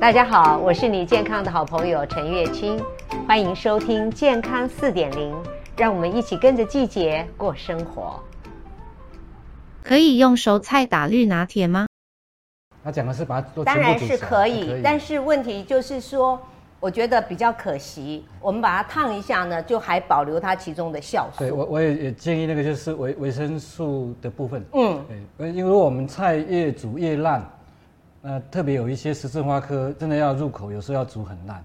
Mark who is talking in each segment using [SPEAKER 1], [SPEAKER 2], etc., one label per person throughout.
[SPEAKER 1] 大家好，我是你健康的好朋友陈月清，欢迎收听《健康四点零》，让我们一起跟着季节过生活。
[SPEAKER 2] 可以用熟菜打绿拿铁吗？
[SPEAKER 3] 他讲的是把它做
[SPEAKER 4] 当
[SPEAKER 3] 全部
[SPEAKER 4] 然
[SPEAKER 3] 煮
[SPEAKER 4] 是
[SPEAKER 3] 熟
[SPEAKER 4] 可
[SPEAKER 3] 就
[SPEAKER 4] 以，但是问题就是说，我觉得比较可惜，我们把它烫一下呢，就还保留它其中的酵
[SPEAKER 3] 对
[SPEAKER 4] 素。
[SPEAKER 3] 我我也也建议那个就是维维生素的部分，
[SPEAKER 4] 嗯，
[SPEAKER 3] 对，因为如果我们菜越煮越烂，呃，特别有一些十字花科真的要入口，有时候要煮很烂，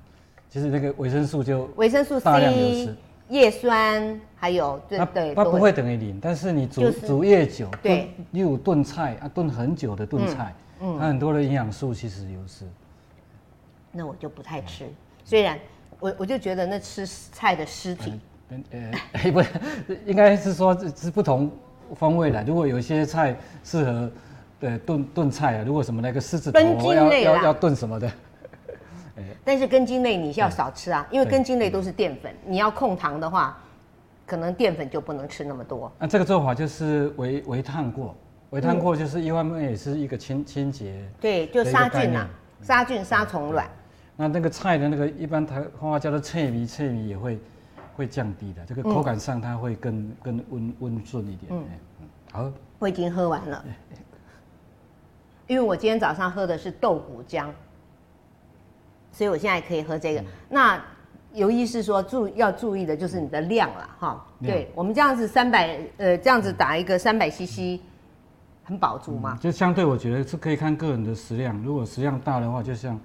[SPEAKER 3] 其实那个维生素就
[SPEAKER 4] 维生素
[SPEAKER 3] 大量流
[SPEAKER 4] C
[SPEAKER 3] 失、
[SPEAKER 4] 叶酸，还有对
[SPEAKER 3] 它
[SPEAKER 4] 对，
[SPEAKER 3] 它
[SPEAKER 4] 都
[SPEAKER 3] 不会等于零，但是你煮、
[SPEAKER 4] 就是
[SPEAKER 3] 煮越久，
[SPEAKER 4] 对
[SPEAKER 3] 炖，例如炖菜啊，炖很久的
[SPEAKER 4] 嗯
[SPEAKER 3] 炖菜，它很多的营养素其实流失。
[SPEAKER 4] 那我就不太吃。虽然我我就觉得那吃菜的尸体，
[SPEAKER 3] 嗯呃， 不，应该是说这是不同风味的。如果有些菜适合呃炖炖菜啊，如果什么那个狮子
[SPEAKER 4] 根
[SPEAKER 3] 头
[SPEAKER 4] 茎
[SPEAKER 3] 要
[SPEAKER 4] 类
[SPEAKER 3] 要
[SPEAKER 4] 啦
[SPEAKER 3] 要炖什么的，
[SPEAKER 4] 但是根茎类你是要少吃啊，因为
[SPEAKER 3] 对
[SPEAKER 4] 根茎类都是淀粉，你要控糖的话，可能淀粉就不能吃那么多。
[SPEAKER 3] 那这个做法就是微微烫过，微烫过就是一方面也是一个清清洁。
[SPEAKER 4] 对，就
[SPEAKER 3] 的一个
[SPEAKER 4] 杀
[SPEAKER 3] 概
[SPEAKER 4] 菌
[SPEAKER 3] 念
[SPEAKER 4] 啊，杀菌杀虫卵。
[SPEAKER 3] 那那个菜的那个一般它花花叫做脆米，脆米也会会降低的，这个口
[SPEAKER 4] 嗯
[SPEAKER 3] 感上它会更更温温顺一点。嗯，好，
[SPEAKER 4] 我已经喝完了，因为我今天早上喝的是豆骨浆，所以我现在可以喝
[SPEAKER 3] 嗯
[SPEAKER 4] 这个。那尤医是说注要注意的就是你的量了哈。
[SPEAKER 3] 量
[SPEAKER 4] 对，我们这样子三百呃这样子打一个三百
[SPEAKER 3] 嗯
[SPEAKER 4] CC，很饱足嘛。
[SPEAKER 3] 就相对我觉得是可以看个人的食量，如果食量大的话，就像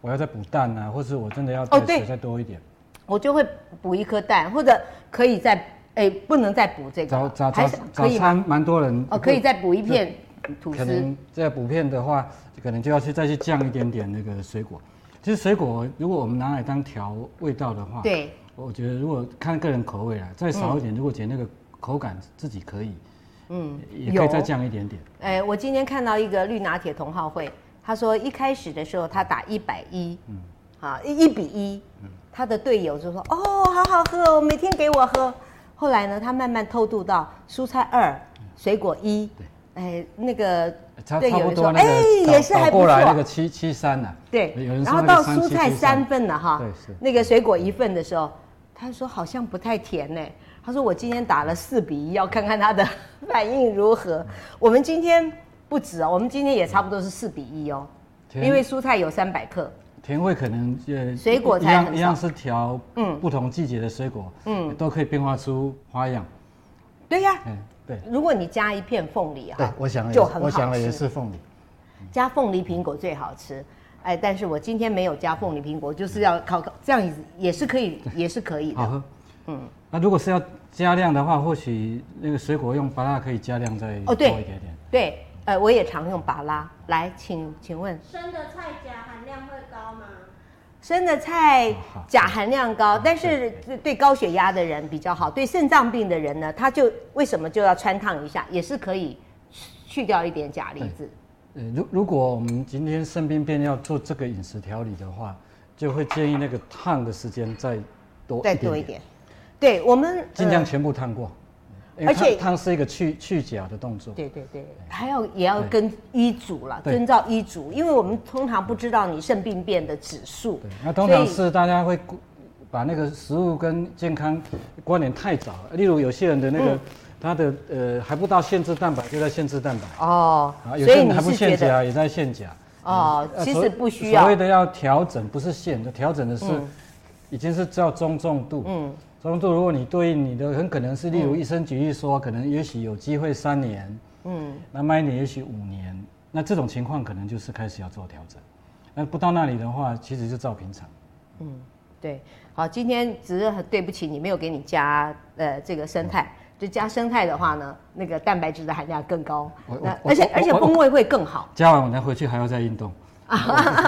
[SPEAKER 3] 我要再补蛋啊，或是我真的要
[SPEAKER 4] 哦
[SPEAKER 3] 再
[SPEAKER 4] 对
[SPEAKER 3] 水再多一点，
[SPEAKER 4] 我就会补一颗蛋，或者可以再哎不能再补这个
[SPEAKER 3] 早
[SPEAKER 4] 了，
[SPEAKER 3] 早
[SPEAKER 4] 还
[SPEAKER 3] 早
[SPEAKER 4] 是可
[SPEAKER 3] 早
[SPEAKER 4] 以吗？
[SPEAKER 3] 餐蛮多人
[SPEAKER 4] 哦，可以再补一片吐
[SPEAKER 3] 可
[SPEAKER 4] 司。
[SPEAKER 3] 能在补片的话，可能就要去再去降一点点那个水果。其实水果如果我们拿来当调味道的话，，
[SPEAKER 4] 对，
[SPEAKER 3] 我觉得如果看个人口味啦，再少一点，如果觉得那个口感自己可以，嗯，也可以
[SPEAKER 4] 有
[SPEAKER 3] 再降一点点。
[SPEAKER 4] 哎，我今天看到一个绿拿铁同好会，他说一开始的时候他打一百一，嗯，啊一比一，
[SPEAKER 3] 嗯
[SPEAKER 4] 他的队友就说哦，好好喝哦，每天给我喝。后来呢，他慢慢偷渡到蔬菜二，水果一，哎，那个
[SPEAKER 3] 嗯差
[SPEAKER 4] 队
[SPEAKER 3] 差
[SPEAKER 4] 友
[SPEAKER 3] 不
[SPEAKER 4] 也说
[SPEAKER 3] 多那个
[SPEAKER 4] 哎
[SPEAKER 3] 倒
[SPEAKER 4] 也是还
[SPEAKER 3] 倒
[SPEAKER 4] 不
[SPEAKER 3] 过来那
[SPEAKER 4] 错
[SPEAKER 3] 个七七三呐，
[SPEAKER 4] 对
[SPEAKER 3] 有人，
[SPEAKER 4] 然
[SPEAKER 3] 说
[SPEAKER 4] 后
[SPEAKER 3] 那
[SPEAKER 4] 到
[SPEAKER 3] 个三
[SPEAKER 4] 蔬
[SPEAKER 3] 七
[SPEAKER 4] 菜
[SPEAKER 3] 七
[SPEAKER 4] 三份了哈
[SPEAKER 3] 对是，
[SPEAKER 4] 那个水果一份的时候，他说好像不太甜呢。他说我今天打了四比一，要看看他的反应如何。我们今天不止哦，我们今天也差不多是四比一哦，
[SPEAKER 3] 甜
[SPEAKER 4] 因为蔬菜有三百克，
[SPEAKER 3] 甜味可能呃
[SPEAKER 4] 水果
[SPEAKER 3] 一
[SPEAKER 4] 才很
[SPEAKER 3] 样
[SPEAKER 4] 少
[SPEAKER 3] 一样是调不同季节的水果，嗯，都可以变化出花样。
[SPEAKER 4] 对呀。
[SPEAKER 3] 嗯，对
[SPEAKER 4] 如果你加一片凤梨
[SPEAKER 3] 对
[SPEAKER 4] 哈，，
[SPEAKER 3] 我想了也
[SPEAKER 4] 就是很
[SPEAKER 3] 我想
[SPEAKER 4] 好
[SPEAKER 3] 了也
[SPEAKER 4] 吃。
[SPEAKER 3] 是凤梨。
[SPEAKER 4] 加凤梨苹果最好吃，哎，但是我今天没有加凤梨苹果，就是要烤烤，这样也也是可以，也是可以
[SPEAKER 3] 好
[SPEAKER 4] 的。
[SPEAKER 3] 喝。嗯，那如果是要加量的话，或许那个水果用巴拉可以加量再
[SPEAKER 4] 哦
[SPEAKER 3] 多一
[SPEAKER 4] 对
[SPEAKER 3] 点点。
[SPEAKER 4] 对，呃，我也常用拔拉。来，请请问
[SPEAKER 5] 生的菜钾含量会高吗？
[SPEAKER 4] 生的菜
[SPEAKER 3] 好
[SPEAKER 4] 钾含量
[SPEAKER 3] 啊
[SPEAKER 4] 高，但是对高血压的人比较好，对肾脏病的人呢，他就为什么就要穿烫一下，也是可以去掉一点钾离子。
[SPEAKER 3] 呃，如如果我们今天生病变要做这个饮食调理的话，就会建议那个烫的时间再多
[SPEAKER 4] 再
[SPEAKER 3] 一点
[SPEAKER 4] 多一
[SPEAKER 3] 点，
[SPEAKER 4] 点。对我们呃
[SPEAKER 3] 尽量全部烫过。因
[SPEAKER 4] 而
[SPEAKER 3] 为
[SPEAKER 4] 且
[SPEAKER 3] 烫烫是一个去去甲的动作。
[SPEAKER 4] 对对对，还要也要跟医嘱了，
[SPEAKER 3] 对
[SPEAKER 4] 遵照医嘱，因为我们通常不知道你肾病变的指数
[SPEAKER 3] 对，，那通常
[SPEAKER 4] 所以
[SPEAKER 3] 是大家会顾把那个食物跟健康关联太早了，例如有些人的那
[SPEAKER 4] 嗯
[SPEAKER 3] 个、他的呃还不到限制蛋白就在限制蛋白，
[SPEAKER 4] 哦，
[SPEAKER 3] 啊，有
[SPEAKER 4] 所
[SPEAKER 3] 些
[SPEAKER 4] 以
[SPEAKER 3] 人
[SPEAKER 4] 你
[SPEAKER 3] 还不
[SPEAKER 4] 是觉
[SPEAKER 3] 限
[SPEAKER 4] 得
[SPEAKER 3] 钾，也在限钾。
[SPEAKER 4] 哦，
[SPEAKER 3] 呃
[SPEAKER 4] 其
[SPEAKER 3] 所
[SPEAKER 4] 实不需
[SPEAKER 3] 所谓
[SPEAKER 4] 要，嗯
[SPEAKER 3] 的要调整，不是限的，调整的是、已经是叫中重度。嗯，中重度，如果你对应你的很可能是，例
[SPEAKER 4] 嗯
[SPEAKER 3] 如医生举例说，可能也许有机会三年，嗯，那慢一点也许五年，那这种情况可能就是开始要做调整。那不到那里的话，其实就照平常。
[SPEAKER 4] 对，好，今天只是很对不起你，没有给你加呃这个生态。就加生态的话呢，那个蛋白质的含量更高
[SPEAKER 3] 我，
[SPEAKER 4] 那
[SPEAKER 3] 我
[SPEAKER 4] 而且
[SPEAKER 3] 我
[SPEAKER 4] 而且
[SPEAKER 3] 我
[SPEAKER 4] 风味会更好
[SPEAKER 3] 加完我再回去还要再运动，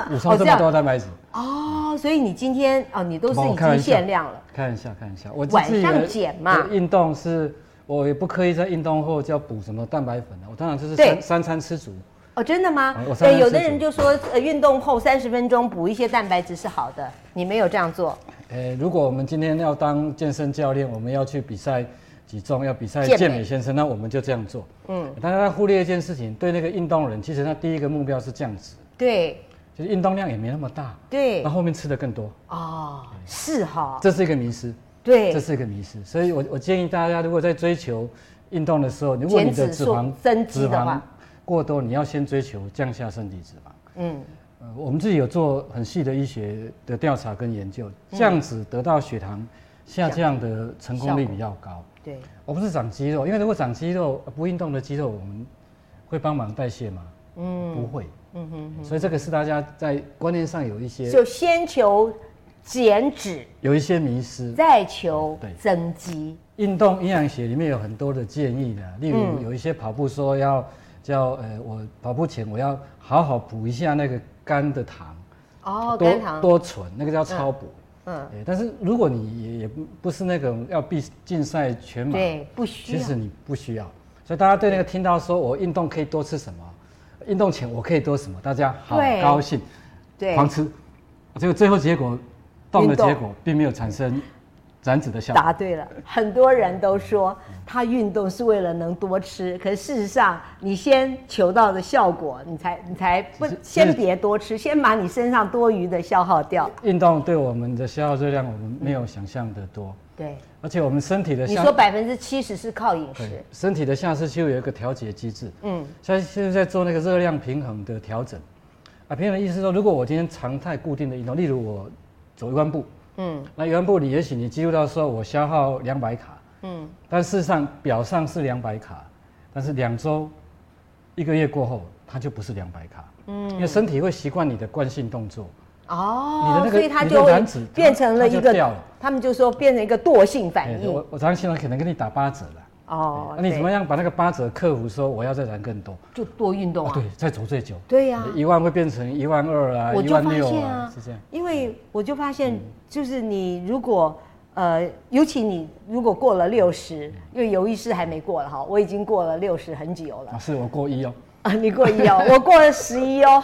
[SPEAKER 3] 补充
[SPEAKER 4] 哦这
[SPEAKER 3] 这么
[SPEAKER 4] 样
[SPEAKER 3] 多蛋白质。
[SPEAKER 4] 哦。所以你今天哦，你都是
[SPEAKER 3] 帮我
[SPEAKER 4] 已
[SPEAKER 3] 看
[SPEAKER 4] 经
[SPEAKER 3] 一下
[SPEAKER 4] 限量了，
[SPEAKER 3] 看一下，看一下，我
[SPEAKER 4] 晚
[SPEAKER 3] 自己的
[SPEAKER 4] 上减嘛
[SPEAKER 3] 对运动是，我也不刻意在运动后就要补什么蛋白粉的，啊我当然就是
[SPEAKER 4] 对
[SPEAKER 3] 三三餐吃足。
[SPEAKER 4] 哦，真的吗
[SPEAKER 3] 啊我？上
[SPEAKER 4] 对，
[SPEAKER 3] 班
[SPEAKER 4] 有
[SPEAKER 3] 吃
[SPEAKER 4] 的
[SPEAKER 3] 什
[SPEAKER 4] 人
[SPEAKER 3] 么
[SPEAKER 4] 就说，呃，运动后三十分钟补一些蛋白质是好的，你没有这样做，
[SPEAKER 3] 呃，如果我们今天要当健身教练，我们要去比赛举重，要比赛
[SPEAKER 4] 健美
[SPEAKER 3] 健美先生，那我们就这样做。嗯，但是他忽略一件事情，对那个运动人，其实他第一个目标是降脂，
[SPEAKER 4] 对，
[SPEAKER 3] 就是运动量也没那么大，
[SPEAKER 4] 对
[SPEAKER 3] 那后面吃的更多，
[SPEAKER 4] 哦，是哈，
[SPEAKER 3] 这是一个迷失，
[SPEAKER 4] 对
[SPEAKER 3] 这，是一个迷失。所以我我建议大家，如果在追求运动的时候，如果你的
[SPEAKER 4] 减脂
[SPEAKER 3] 脂
[SPEAKER 4] 素
[SPEAKER 3] 肪
[SPEAKER 4] 增肌
[SPEAKER 3] 脂
[SPEAKER 4] 的
[SPEAKER 3] 肪
[SPEAKER 4] 话
[SPEAKER 3] 过多，你要先追求降下身体脂肪。
[SPEAKER 4] 嗯，
[SPEAKER 3] 呃，我们自己有做很细的医学的调查跟研究，
[SPEAKER 4] 嗯
[SPEAKER 3] 这样子得到血糖下降的成功率比较高。
[SPEAKER 4] 对，
[SPEAKER 3] 我不是长肌肉，因为如果长肌肉呃不运动的肌肉，我们会帮忙代谢吗？嗯，不会。嗯哼所以这个是大家在观念上有一些
[SPEAKER 4] 就先求减脂，
[SPEAKER 3] 有一些迷失。
[SPEAKER 4] 再求
[SPEAKER 3] 对
[SPEAKER 4] 增肌，
[SPEAKER 3] 运动营养学里面有很多的建议的，例
[SPEAKER 4] 嗯
[SPEAKER 3] 如有一些跑步说要叫呃，我跑步前我要好好补一下那个肝的糖，
[SPEAKER 4] 哦，
[SPEAKER 3] 多
[SPEAKER 4] 肝糖，
[SPEAKER 3] 多存，那个叫超补。
[SPEAKER 4] 嗯，
[SPEAKER 3] 对，但是如果你也也不不是那种要必竞赛全马，
[SPEAKER 4] 对，不需
[SPEAKER 3] 其
[SPEAKER 4] 要
[SPEAKER 3] 实，你不需要。所以大家对那个听到说我运动可以多吃什么，运动前我可以多什么，大家好
[SPEAKER 4] 对
[SPEAKER 3] 高兴，
[SPEAKER 4] 对，
[SPEAKER 3] 狂吃，结果最后结果动的
[SPEAKER 4] 运动
[SPEAKER 3] 结果并没有产生燃脂的效果。
[SPEAKER 4] 答对了，很多人都说他运动是为了能多吃，可是事实上，你先求到的效果，你才你才不
[SPEAKER 3] 其实
[SPEAKER 4] 先别多吃，先把你身上多余的消耗掉。
[SPEAKER 3] 运动对我们的消耗热量，我们没有想象的多，
[SPEAKER 4] 对，
[SPEAKER 3] 而且我们身体的
[SPEAKER 4] 你
[SPEAKER 3] 下
[SPEAKER 4] 说百分之七十是靠饮食
[SPEAKER 3] 对，身体的下视丘有一个调节机制，
[SPEAKER 4] 嗯
[SPEAKER 3] 嗯，现在现在在做那个热量平衡的调整，啊，平衡的意思是说，如果我今天常态固定的运动，例如我走一万步，嗯，那一万步你也许你记录到说我消耗两百卡，嗯，但事实上表上是两百卡，但是两周、一个月过后，它就不是两百卡，嗯，因为身体会习惯你的惯性动作，你的
[SPEAKER 4] 哦
[SPEAKER 3] 那，个
[SPEAKER 4] 所以它
[SPEAKER 3] 你
[SPEAKER 4] 就
[SPEAKER 3] 的
[SPEAKER 4] 会
[SPEAKER 3] 燃脂
[SPEAKER 4] 变成了
[SPEAKER 3] 它
[SPEAKER 4] 一
[SPEAKER 3] 就掉
[SPEAKER 4] 个
[SPEAKER 3] 了，
[SPEAKER 4] 他们就说变成一个惰性反
[SPEAKER 3] 哎，
[SPEAKER 4] 应
[SPEAKER 3] 我。我常常形容可能跟你打八折了。
[SPEAKER 4] 哦，
[SPEAKER 3] 那、你怎么
[SPEAKER 4] 对
[SPEAKER 3] 样把那个八折克服？说我要再燃更多，
[SPEAKER 4] 就多运动
[SPEAKER 3] 啊，
[SPEAKER 4] 啊
[SPEAKER 3] 对？，再走最久。
[SPEAKER 4] 对呀
[SPEAKER 3] 一万会变成一万二啊，
[SPEAKER 4] 我
[SPEAKER 3] 一
[SPEAKER 4] 就
[SPEAKER 3] 万
[SPEAKER 4] 发
[SPEAKER 3] 六
[SPEAKER 4] 现
[SPEAKER 3] 啊
[SPEAKER 4] 啊，
[SPEAKER 3] 是这样。
[SPEAKER 4] 因为我就发现，就是你如果呃，尤其你如果过了六十，因为游医师还没过了哈，我已经过了六十很久了
[SPEAKER 3] 啊，是我过一哦，
[SPEAKER 4] 啊，你过一哦，我过了十一哦，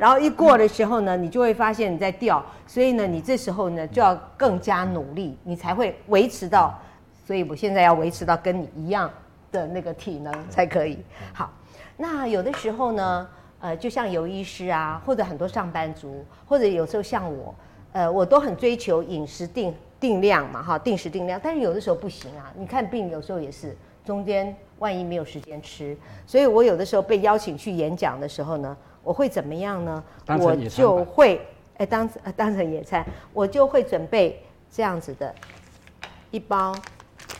[SPEAKER 4] 然后一过的时候呢，你就会发现你在掉，所以呢，你这时候呢就要更加努力，你才会维持到，所以我现在要维持到跟你一样的那个体能才可以。好，那有的时候呢，呃，就像游医师啊，或者很多上班族，或者有时候像我，呃，我都很追求饮食定定量嘛，哈，定时定量，但是有的时候不行啊，你看病有时候也是。中间万一没有时间吃，所以我有的时候被邀请去演讲的时候呢，我会怎么样呢？
[SPEAKER 3] 当成
[SPEAKER 4] 我
[SPEAKER 3] 野餐
[SPEAKER 4] 就
[SPEAKER 3] 吧
[SPEAKER 4] 会哎当呃当成野餐，我就会准备这样子的一包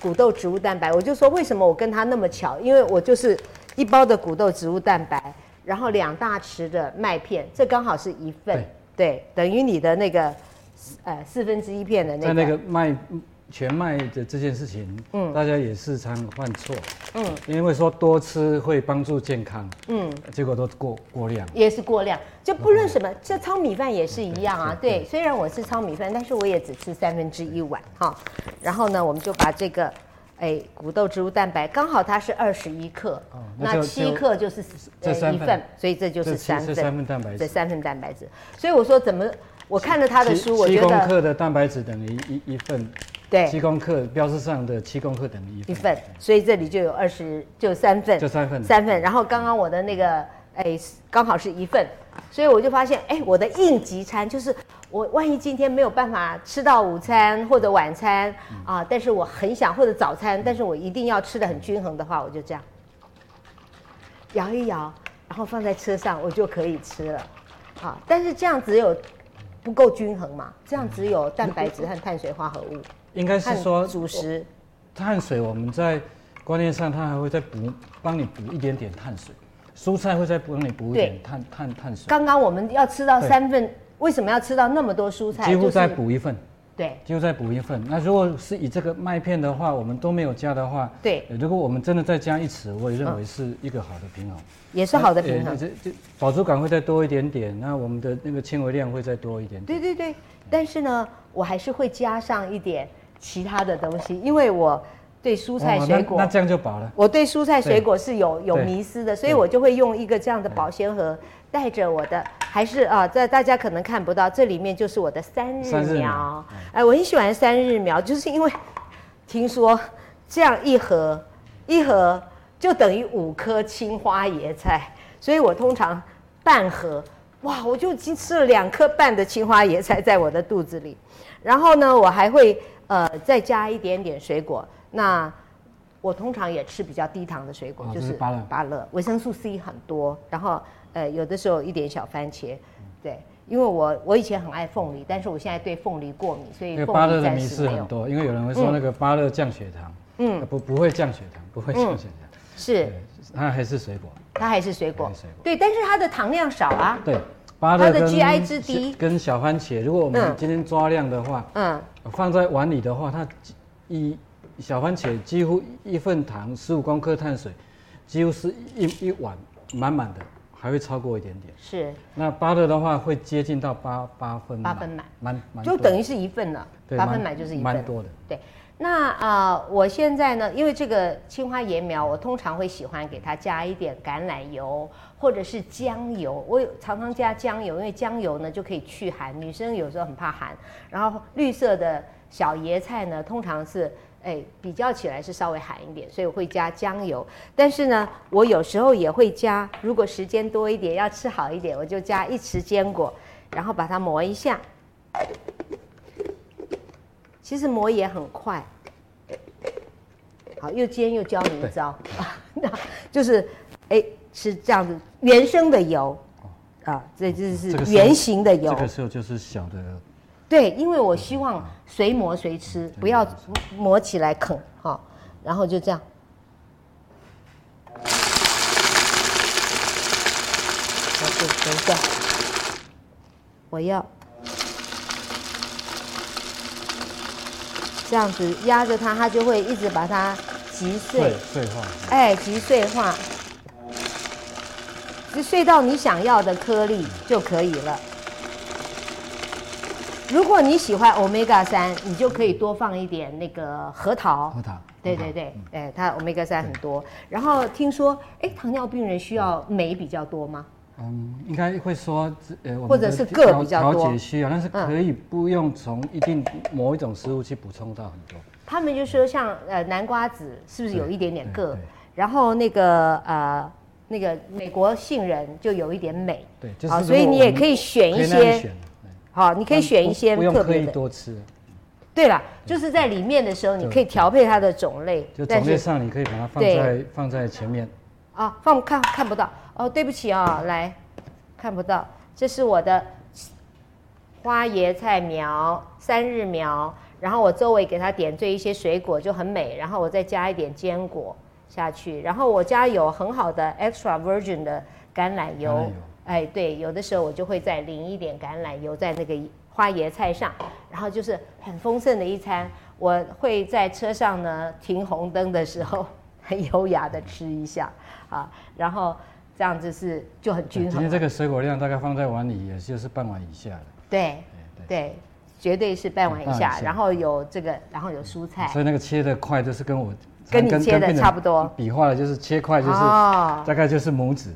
[SPEAKER 4] 谷豆植物蛋白。我就说为什么我跟他那么巧，因为我就是一包的谷豆植物蛋白，然后两大匙的麦片，这刚好是一份，对，等于你的那个呃四分之一片的那个，
[SPEAKER 3] 在那个卖全麦的这件事情，
[SPEAKER 4] 嗯
[SPEAKER 3] 大家也是常犯错，
[SPEAKER 4] 嗯
[SPEAKER 3] 因为说多吃会帮助健康，
[SPEAKER 4] 嗯。
[SPEAKER 3] 结果都过过量。
[SPEAKER 4] 也是过量，就不论什么，这糙米饭也是一样啊。
[SPEAKER 3] 嗯对
[SPEAKER 4] 对，虽然我吃糙米饭，但是我也只吃三分之一碗哈。然后呢，我们就把这个，哎，谷豆植物蛋白，刚好它是二十一克，
[SPEAKER 3] 哦那
[SPEAKER 4] 那
[SPEAKER 3] 就
[SPEAKER 4] 七
[SPEAKER 3] 就
[SPEAKER 4] 克就是
[SPEAKER 3] 这
[SPEAKER 4] 呃
[SPEAKER 3] 三
[SPEAKER 4] 一
[SPEAKER 3] 份
[SPEAKER 4] 份，所以这就
[SPEAKER 3] 这
[SPEAKER 4] 是
[SPEAKER 3] 其
[SPEAKER 4] 三
[SPEAKER 3] 这
[SPEAKER 4] 份，
[SPEAKER 3] 三份蛋白质
[SPEAKER 4] 这三份蛋白质。所以我说怎么，我看了他的
[SPEAKER 3] 七
[SPEAKER 4] 书，我
[SPEAKER 3] 七
[SPEAKER 4] 觉
[SPEAKER 3] 公
[SPEAKER 4] 得
[SPEAKER 3] 克的蛋白质等于一一份，七
[SPEAKER 4] 对
[SPEAKER 3] 公克标示上的七公克等于一份，
[SPEAKER 4] 一份，所以这里就有二十，就三份，
[SPEAKER 3] 就三份
[SPEAKER 4] 三份。然后刚刚我的那个，哎，刚好是一份，所以我就发现，哎，我的应急餐就是我万一今天没有办法吃到午餐或者晚餐啊，但是我很想或者早餐，但是我一定要吃的很均衡的话，我就这样摇一摇，然后放在车上，我就可以吃了。好，但是这样只有不够均衡嘛，这样只有蛋白质和碳水化合物
[SPEAKER 3] 应该是说
[SPEAKER 4] 和主食。
[SPEAKER 3] 碳水我们在观念上，它还会再补，帮你补一点点碳水。蔬菜会再帮你补一
[SPEAKER 4] 对
[SPEAKER 3] 点碳碳碳水，
[SPEAKER 4] 刚刚我们要吃到
[SPEAKER 3] 对
[SPEAKER 4] 三份，为什么要吃到那么多蔬菜？
[SPEAKER 3] 几乎再
[SPEAKER 4] 就是、
[SPEAKER 3] 补一份，
[SPEAKER 4] 对
[SPEAKER 3] 几乎再补一份。那如果是以这个麦片的话，我们都没有加的话，
[SPEAKER 4] 对
[SPEAKER 3] 呃如果我们真的再加一匙，我也认为是一个好的平衡，
[SPEAKER 4] 也哦是好的平
[SPEAKER 3] 呃
[SPEAKER 4] 衡。
[SPEAKER 3] 这这饱足感会再多一点点，那我们的那个纤维量会再多一点点。
[SPEAKER 4] 对对对，但是呢，我还是会加上一点其他的东西，因为我对蔬菜
[SPEAKER 3] 哦哇那
[SPEAKER 4] 水果、
[SPEAKER 3] 那这样就饱了。
[SPEAKER 4] 我对蔬菜
[SPEAKER 3] 对
[SPEAKER 4] 水果是有有
[SPEAKER 3] 对
[SPEAKER 4] 迷思的，所以我就会用一个这样的保鲜盒，带着我的，还是啊，在大家可能看不到，这里面就是我的三
[SPEAKER 3] 三
[SPEAKER 4] 日
[SPEAKER 3] 日
[SPEAKER 4] 苗
[SPEAKER 3] 苗。嗯
[SPEAKER 4] 哎，我很喜欢三日苗，就是因为听说这样一盒一盒就等于五颗青花椰菜，所以我通常半盒哇，我就已经吃了两颗半的青花椰菜在我的肚子里，然后呢，我还会呃再加一点点水果。那我通常也吃比较低糖的水果，
[SPEAKER 3] 哦就是芭乐
[SPEAKER 4] 芭乐，维生素 C 很多，然后呃有的时候一点小番茄，
[SPEAKER 3] 嗯
[SPEAKER 4] 对，因为我我以前很爱凤梨，但是我现在对凤梨过敏，所以
[SPEAKER 3] 那个
[SPEAKER 4] 凤
[SPEAKER 3] 芭乐
[SPEAKER 4] 梨
[SPEAKER 3] 的
[SPEAKER 4] 暂
[SPEAKER 3] 迷
[SPEAKER 4] 时
[SPEAKER 3] 思
[SPEAKER 4] 没
[SPEAKER 3] 很
[SPEAKER 4] 有。嗯
[SPEAKER 3] 多，因为有人会说那个芭乐降血糖，嗯，不不会降血糖，不会降血糖，
[SPEAKER 4] 是
[SPEAKER 3] 对，，它还是水果，
[SPEAKER 4] 它还是水果
[SPEAKER 3] 还是水果，
[SPEAKER 4] 对，但是它的糖量少啊，
[SPEAKER 3] 对，芭
[SPEAKER 4] 它
[SPEAKER 3] 乐
[SPEAKER 4] 的
[SPEAKER 3] 跟
[SPEAKER 4] GI 之低
[SPEAKER 3] 跟小番茄，如果我
[SPEAKER 4] 嗯
[SPEAKER 3] 们今天抓量的话，
[SPEAKER 4] 嗯，
[SPEAKER 3] 放在碗里的话，它一小番茄几乎一份糖十五公克碳水，几乎是一一碗满满的，还会超过一点点。
[SPEAKER 4] 是，
[SPEAKER 3] 那芭乐的话会接近到八八分
[SPEAKER 4] 八分满，
[SPEAKER 3] 蛮蛮
[SPEAKER 4] 就
[SPEAKER 3] 多的
[SPEAKER 4] 等于是一份了，
[SPEAKER 3] 对
[SPEAKER 4] 八分
[SPEAKER 3] 蛮
[SPEAKER 4] 买就是一份，
[SPEAKER 3] 蛮多的。
[SPEAKER 4] 对，那啊、呃我现在呢，因为这个青花椰苗，我通常会喜欢给它加一点橄榄油或者是姜油。我有常常加姜油，因为姜油呢就可以去寒，女生有时候很怕寒。然后绿色的小椰菜呢，通常是。哎，比较起来是稍微寒一点，所以我会加姜油。但是呢，我有时候也会加，如果时间多一点，要吃好一点，我就加一匙坚果，然后把它磨一下。其实磨也很快。好，又煎又教你一招， 那就是哎吃这样子原生的油啊，这就
[SPEAKER 3] 嗯这个
[SPEAKER 4] 是
[SPEAKER 3] 是
[SPEAKER 4] 圆形的油。
[SPEAKER 3] 这个时候就是小的，
[SPEAKER 4] 对，因为我希望随磨随吃，不要磨起来啃哈、然后就这样。我就等一下，我要这样子压着它，它就会一直把它击碎
[SPEAKER 3] 碎。碎化。
[SPEAKER 4] 哎，击碎化，就碎到你想要的颗粒就可以了。如果你喜欢 omega 三，你就可以多放一点那个核桃。
[SPEAKER 3] 核桃嗯
[SPEAKER 4] 对
[SPEAKER 3] 核
[SPEAKER 4] 对
[SPEAKER 3] 桃
[SPEAKER 4] 对，哎，它 omega 三很多。然后听说，哎，糖尿病人需要镁比较多吗？
[SPEAKER 3] 嗯，应该会说，呃，我们
[SPEAKER 4] 或者
[SPEAKER 3] 的
[SPEAKER 4] 是个
[SPEAKER 3] 调
[SPEAKER 4] 比较多嗯
[SPEAKER 3] 调节需要，但是可以不用从一定某一种食物去补充到很多。
[SPEAKER 4] 他们就说像呃南瓜子是不是有一点点
[SPEAKER 3] 对
[SPEAKER 4] 个
[SPEAKER 3] 对，
[SPEAKER 4] 然后那个呃那个美国杏仁就有一点镁。
[SPEAKER 3] 对，就
[SPEAKER 4] 好
[SPEAKER 3] 是
[SPEAKER 4] 所以
[SPEAKER 3] 如果
[SPEAKER 4] 你
[SPEAKER 3] 我
[SPEAKER 4] 也
[SPEAKER 3] 们
[SPEAKER 4] 可以选
[SPEAKER 3] 可
[SPEAKER 4] 一
[SPEAKER 3] 以那样
[SPEAKER 4] 些
[SPEAKER 3] 选，对
[SPEAKER 4] 好，你可以选一些
[SPEAKER 3] 嗯不用
[SPEAKER 4] 特
[SPEAKER 3] 刻
[SPEAKER 4] 别
[SPEAKER 3] 意
[SPEAKER 4] 的。
[SPEAKER 3] 多吃，
[SPEAKER 4] 对啦，就是在里面的时候，你
[SPEAKER 3] 嗯对
[SPEAKER 4] 可以调配它的种类，
[SPEAKER 3] 就
[SPEAKER 4] 但
[SPEAKER 3] 种类
[SPEAKER 4] 是
[SPEAKER 3] 上你可以把它放
[SPEAKER 4] 对
[SPEAKER 3] 在放在前面。
[SPEAKER 4] 啊，放看看不到哦，对不起啊、来看不到，这是我的花椰菜苗、三日苗，然后我周围给它点缀一些水果就很美，然后我再加一点坚果下去，然后我家有很好的 extra virgin 的橄榄油，
[SPEAKER 3] 橄榄油
[SPEAKER 4] 哎，对，有的时候我就会再淋一点橄榄油在那个花椰菜上，然后就是很丰盛的一餐。我会在车上呢停红灯的时候，很优雅的吃一下啊，然后这样子是就很均
[SPEAKER 3] 今
[SPEAKER 4] 衡
[SPEAKER 3] 天
[SPEAKER 4] 了。
[SPEAKER 3] 这个水果量大概放在碗里，也就是半碗以下了。
[SPEAKER 4] 对
[SPEAKER 3] 哎对
[SPEAKER 4] 对，绝对是半碗以
[SPEAKER 3] 半碗
[SPEAKER 4] 下，
[SPEAKER 3] 以下
[SPEAKER 4] 然后有这个，然后有蔬菜
[SPEAKER 3] 所以那个切的快，就是跟我
[SPEAKER 4] 跟你切的
[SPEAKER 3] 病人
[SPEAKER 4] 差不多
[SPEAKER 3] 比划的就是切块，就是
[SPEAKER 4] 哦，
[SPEAKER 3] 大概就是拇指。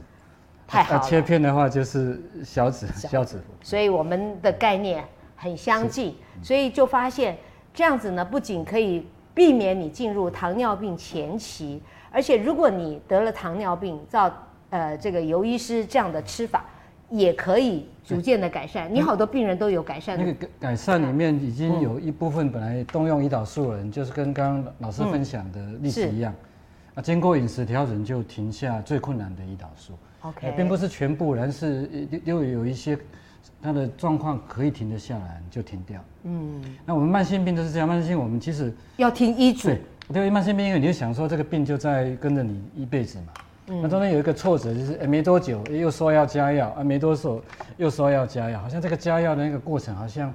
[SPEAKER 4] 太好
[SPEAKER 3] 啊切
[SPEAKER 4] 了。
[SPEAKER 3] 片的话就是小指，小指。
[SPEAKER 4] 所以我们的概念很相近，
[SPEAKER 3] 嗯
[SPEAKER 4] 所以就发现这样子呢，不仅可以避免你进入糖尿病前期，而且如果你得了糖尿病，照呃这个尤医师这样的吃法，也可以逐渐的改善。你好多病人都有改善
[SPEAKER 3] 嗯
[SPEAKER 4] 嗯
[SPEAKER 3] 那个
[SPEAKER 4] 的，
[SPEAKER 3] 改改善里面已经有一部分本来动用胰岛素的人，就是跟刚刚老师分享的例子
[SPEAKER 4] 嗯是
[SPEAKER 3] 一样，啊，经过饮食调整就停下最困难的胰岛素。
[SPEAKER 4] OK
[SPEAKER 3] 呃并不是全部，但是呃又又有一些它的状况可以停得下来，你就停掉。嗯，那我们慢性病就是这样，慢性病我们其实
[SPEAKER 4] 要听医嘱
[SPEAKER 3] 对，对于慢性病，因为你就想说这个病就在跟着你一辈子嘛。
[SPEAKER 4] 嗯
[SPEAKER 3] 那中间有一个挫折，就是、哎诶没多久诶又说要加药啊，没多久又说要加药，好像这个加药的那个过程好像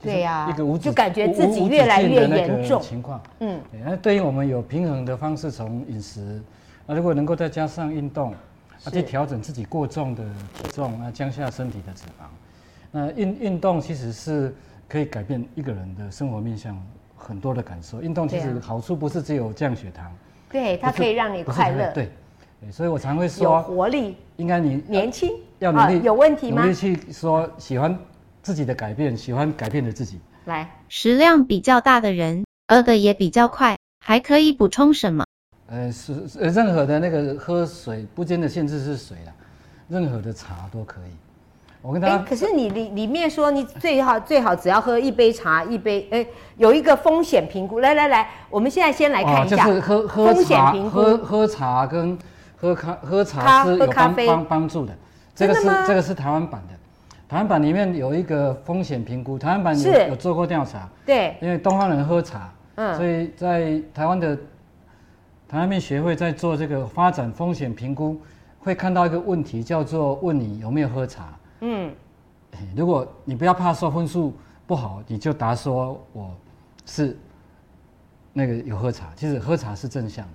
[SPEAKER 3] 就是
[SPEAKER 4] 对呀
[SPEAKER 3] 一个无止
[SPEAKER 4] 就感觉自己
[SPEAKER 3] 无无
[SPEAKER 4] 越来
[SPEAKER 3] 止境的
[SPEAKER 4] 越
[SPEAKER 3] 那个
[SPEAKER 4] 严重
[SPEAKER 3] 情况。
[SPEAKER 4] 嗯
[SPEAKER 3] 嗯，那对于我们有平衡的方式，从饮食，那如果能够再加上运动，啊，去调整自己过重的体重啊，降下身体的脂肪。那运运动其实是可以改变一个人的生活面向很多的感受。运动其
[SPEAKER 4] 对
[SPEAKER 3] 实
[SPEAKER 4] 啊
[SPEAKER 3] 好处不是只有降血糖，
[SPEAKER 4] 对，它
[SPEAKER 3] 不是
[SPEAKER 4] 可以让你
[SPEAKER 3] 不是
[SPEAKER 4] 快
[SPEAKER 3] 只有
[SPEAKER 4] 乐，
[SPEAKER 3] 对，对所以我常会
[SPEAKER 4] 有
[SPEAKER 3] 说，
[SPEAKER 4] 活力，
[SPEAKER 3] 应该你
[SPEAKER 4] 年轻，啊
[SPEAKER 3] 要努力，
[SPEAKER 4] 有问题吗
[SPEAKER 3] 努力？去说喜欢自己的改变，喜欢改变的自己。
[SPEAKER 4] 来，
[SPEAKER 2] 食量比较大的人，饿的也比较快，还可以补充什么？
[SPEAKER 3] 呃，是是呃任何的那个喝水不间的限制是水啦，任何的茶都可以。我跟大
[SPEAKER 4] 哎、
[SPEAKER 3] 家
[SPEAKER 4] 可是你里里面说你最好最好只要喝一杯茶一杯，哎、有一个风险评估。来来来，我们现在先来看
[SPEAKER 3] 哦
[SPEAKER 4] 一
[SPEAKER 3] 就
[SPEAKER 4] 下、
[SPEAKER 3] 是喝喝
[SPEAKER 4] 风险
[SPEAKER 3] 茶
[SPEAKER 4] 评
[SPEAKER 3] 喝
[SPEAKER 4] 估。
[SPEAKER 3] 喝茶跟喝咖喝
[SPEAKER 4] 咖
[SPEAKER 3] 茶是
[SPEAKER 4] 喝
[SPEAKER 3] 有
[SPEAKER 4] 咖
[SPEAKER 3] 帮
[SPEAKER 4] 啡
[SPEAKER 3] 帮帮助的。这个
[SPEAKER 4] 真
[SPEAKER 3] 是
[SPEAKER 4] 的吗
[SPEAKER 3] 这个是台湾版的，台湾版里面有一个风险评估，台湾版
[SPEAKER 4] 是
[SPEAKER 3] 有有做过调查，
[SPEAKER 4] 对，
[SPEAKER 3] 因为东方人喝茶，
[SPEAKER 4] 嗯
[SPEAKER 3] 所以在台湾的台湾面学会在做这个发展风险评估，会看到一个问题叫做问你有没有喝茶。
[SPEAKER 4] 嗯，
[SPEAKER 3] 哎如果你不要怕说分数不好，你就答说我是那个有喝茶，其实喝茶是正向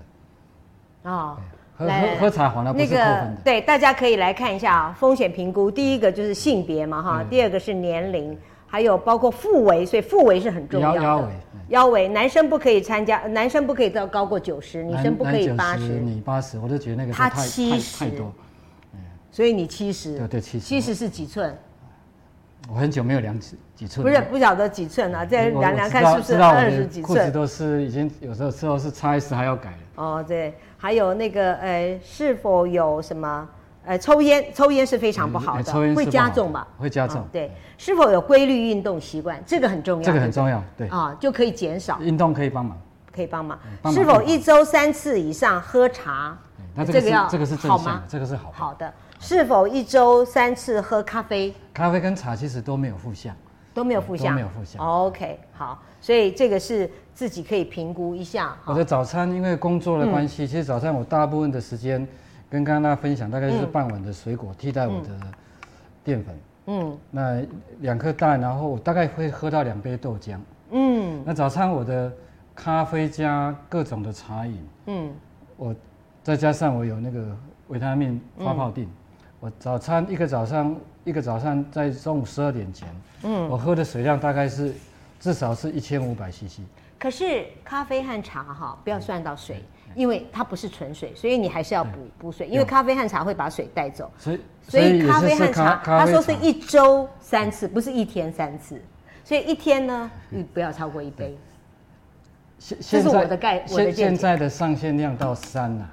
[SPEAKER 3] 的。
[SPEAKER 4] 哦。
[SPEAKER 3] 喝
[SPEAKER 4] 来来
[SPEAKER 3] 喝喝茶反而不
[SPEAKER 4] 那
[SPEAKER 3] 是扣
[SPEAKER 4] 个
[SPEAKER 3] 分的。
[SPEAKER 4] 对，大家可以来看一下啊、风险评估。第一个就是性别嘛，哈，
[SPEAKER 3] 嗯
[SPEAKER 4] 第二个是年龄，还有包括腹围，所以腹围是很重要的。
[SPEAKER 3] 腰腰围嗯
[SPEAKER 4] 腰围，男生不可以参加，男生不可以到高过九十，女
[SPEAKER 3] 男
[SPEAKER 4] 生不可以
[SPEAKER 3] 男
[SPEAKER 4] 八
[SPEAKER 3] 90
[SPEAKER 4] 十，
[SPEAKER 3] 你八十，我就觉得那个
[SPEAKER 4] 他
[SPEAKER 3] 太太
[SPEAKER 4] 70
[SPEAKER 3] 太多。
[SPEAKER 4] 所以你七十。
[SPEAKER 3] 对对70
[SPEAKER 4] 七十是几寸？
[SPEAKER 3] 我很久没有量几几寸
[SPEAKER 4] 不
[SPEAKER 3] 了。
[SPEAKER 4] 是不晓得几寸啊，再
[SPEAKER 3] 我
[SPEAKER 4] 量
[SPEAKER 3] 我
[SPEAKER 4] 量
[SPEAKER 3] 知
[SPEAKER 4] 看是
[SPEAKER 3] 道
[SPEAKER 4] 不是
[SPEAKER 3] 知道我
[SPEAKER 4] 二
[SPEAKER 3] 的
[SPEAKER 4] 十几
[SPEAKER 3] 裤子
[SPEAKER 4] 寸？
[SPEAKER 3] 都是已经有时候时候是 size 还要改了。
[SPEAKER 4] 哦，对，还有那个呃，是否有什么呃，抽烟，抽烟是非常不好
[SPEAKER 3] 哎
[SPEAKER 4] 的，
[SPEAKER 3] 抽烟是
[SPEAKER 4] 会
[SPEAKER 3] 不
[SPEAKER 4] 加
[SPEAKER 3] 好的
[SPEAKER 4] 重吧？
[SPEAKER 3] 会加重嗯
[SPEAKER 4] 啊对，是否有规律运动习惯，这个很重要，
[SPEAKER 3] 这个
[SPEAKER 4] 对
[SPEAKER 3] 很
[SPEAKER 4] 不对
[SPEAKER 3] 重要，对，
[SPEAKER 4] 啊，就可以减少，
[SPEAKER 3] 运动可以帮忙。
[SPEAKER 4] 可以帮忙。
[SPEAKER 3] 帮忙
[SPEAKER 4] 是
[SPEAKER 3] 帮
[SPEAKER 4] 否
[SPEAKER 3] 忙
[SPEAKER 4] 一周三次以上喝茶呃
[SPEAKER 3] 哎？那这个是
[SPEAKER 4] 要
[SPEAKER 3] 这个是
[SPEAKER 4] 好
[SPEAKER 3] 正向
[SPEAKER 4] 吗
[SPEAKER 3] 的，？这个是好的。嗯
[SPEAKER 4] 好的，是否一周三次喝咖啡？
[SPEAKER 3] 咖啡跟茶其实都没有负向。
[SPEAKER 4] 都没有负向，
[SPEAKER 3] 都没有负向
[SPEAKER 4] OK，好，所以这个是自己可以评估一下。哈。
[SPEAKER 3] 我的早餐因为工作的关系，其实早餐我大部分的时间跟刚刚大家分享，大概就是半碗的水果替代我的淀粉。
[SPEAKER 4] 嗯
[SPEAKER 3] 那两颗蛋，然后我大概会喝到两杯豆浆。
[SPEAKER 4] 嗯
[SPEAKER 3] 那早餐我的咖啡加各种的茶饮，
[SPEAKER 4] 嗯，
[SPEAKER 3] 我再加上我有那个维他命发泡定，
[SPEAKER 4] 嗯
[SPEAKER 3] 我早餐一个早上一个早上在中午十二点前，嗯，我喝的水量大概是至少是一千五百 CC。
[SPEAKER 4] 可是咖啡和茶哈，不要算到水，
[SPEAKER 3] 哎
[SPEAKER 4] 因为它不是纯水，所以你还是要补补水，因为咖啡和茶会把水带走。
[SPEAKER 3] 所以，
[SPEAKER 4] 所以咖啡
[SPEAKER 3] 也是
[SPEAKER 4] 和
[SPEAKER 3] 是
[SPEAKER 4] 茶，
[SPEAKER 3] 咖
[SPEAKER 4] 他说是
[SPEAKER 3] 茶
[SPEAKER 4] 一周三次，不是一天三次。所以一天呢，嗯，不要超过一杯。这
[SPEAKER 3] 现
[SPEAKER 4] 是
[SPEAKER 3] 现在
[SPEAKER 4] 我的概我的见
[SPEAKER 3] 现
[SPEAKER 4] 解
[SPEAKER 3] 现在的上限量到三了、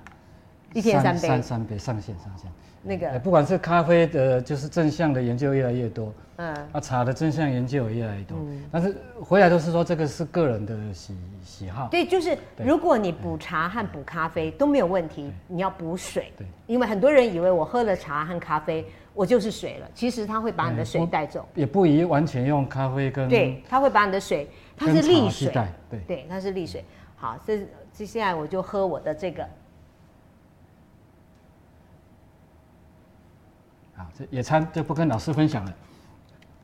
[SPEAKER 4] 一天三杯
[SPEAKER 3] 三三杯上限上限。
[SPEAKER 4] 那个
[SPEAKER 3] 呃不管是咖啡的，就是正向的研究越来越多，
[SPEAKER 4] 嗯，
[SPEAKER 3] 啊，茶的正向研究也越来越多，但是回来都是说这个是个人的喜喜好。
[SPEAKER 4] 对，就是
[SPEAKER 3] 对
[SPEAKER 4] 如果你补茶和补咖啡都没有问题，你要补水。
[SPEAKER 3] 对
[SPEAKER 4] 因为很多人以为我喝了茶和咖啡，我就是水了，其实它会把你的
[SPEAKER 3] 嗯
[SPEAKER 4] 水
[SPEAKER 3] 我
[SPEAKER 4] 带走。
[SPEAKER 3] 也不宜完全用咖啡跟
[SPEAKER 4] 对，它会把你的水，它
[SPEAKER 3] 跟
[SPEAKER 4] 是
[SPEAKER 3] 茶
[SPEAKER 4] 利
[SPEAKER 3] 替
[SPEAKER 4] 水，
[SPEAKER 3] 代对嗯
[SPEAKER 4] 它是利水。好，这接下来我就喝我的这个，
[SPEAKER 3] 啊，这野餐就不跟老师分享了。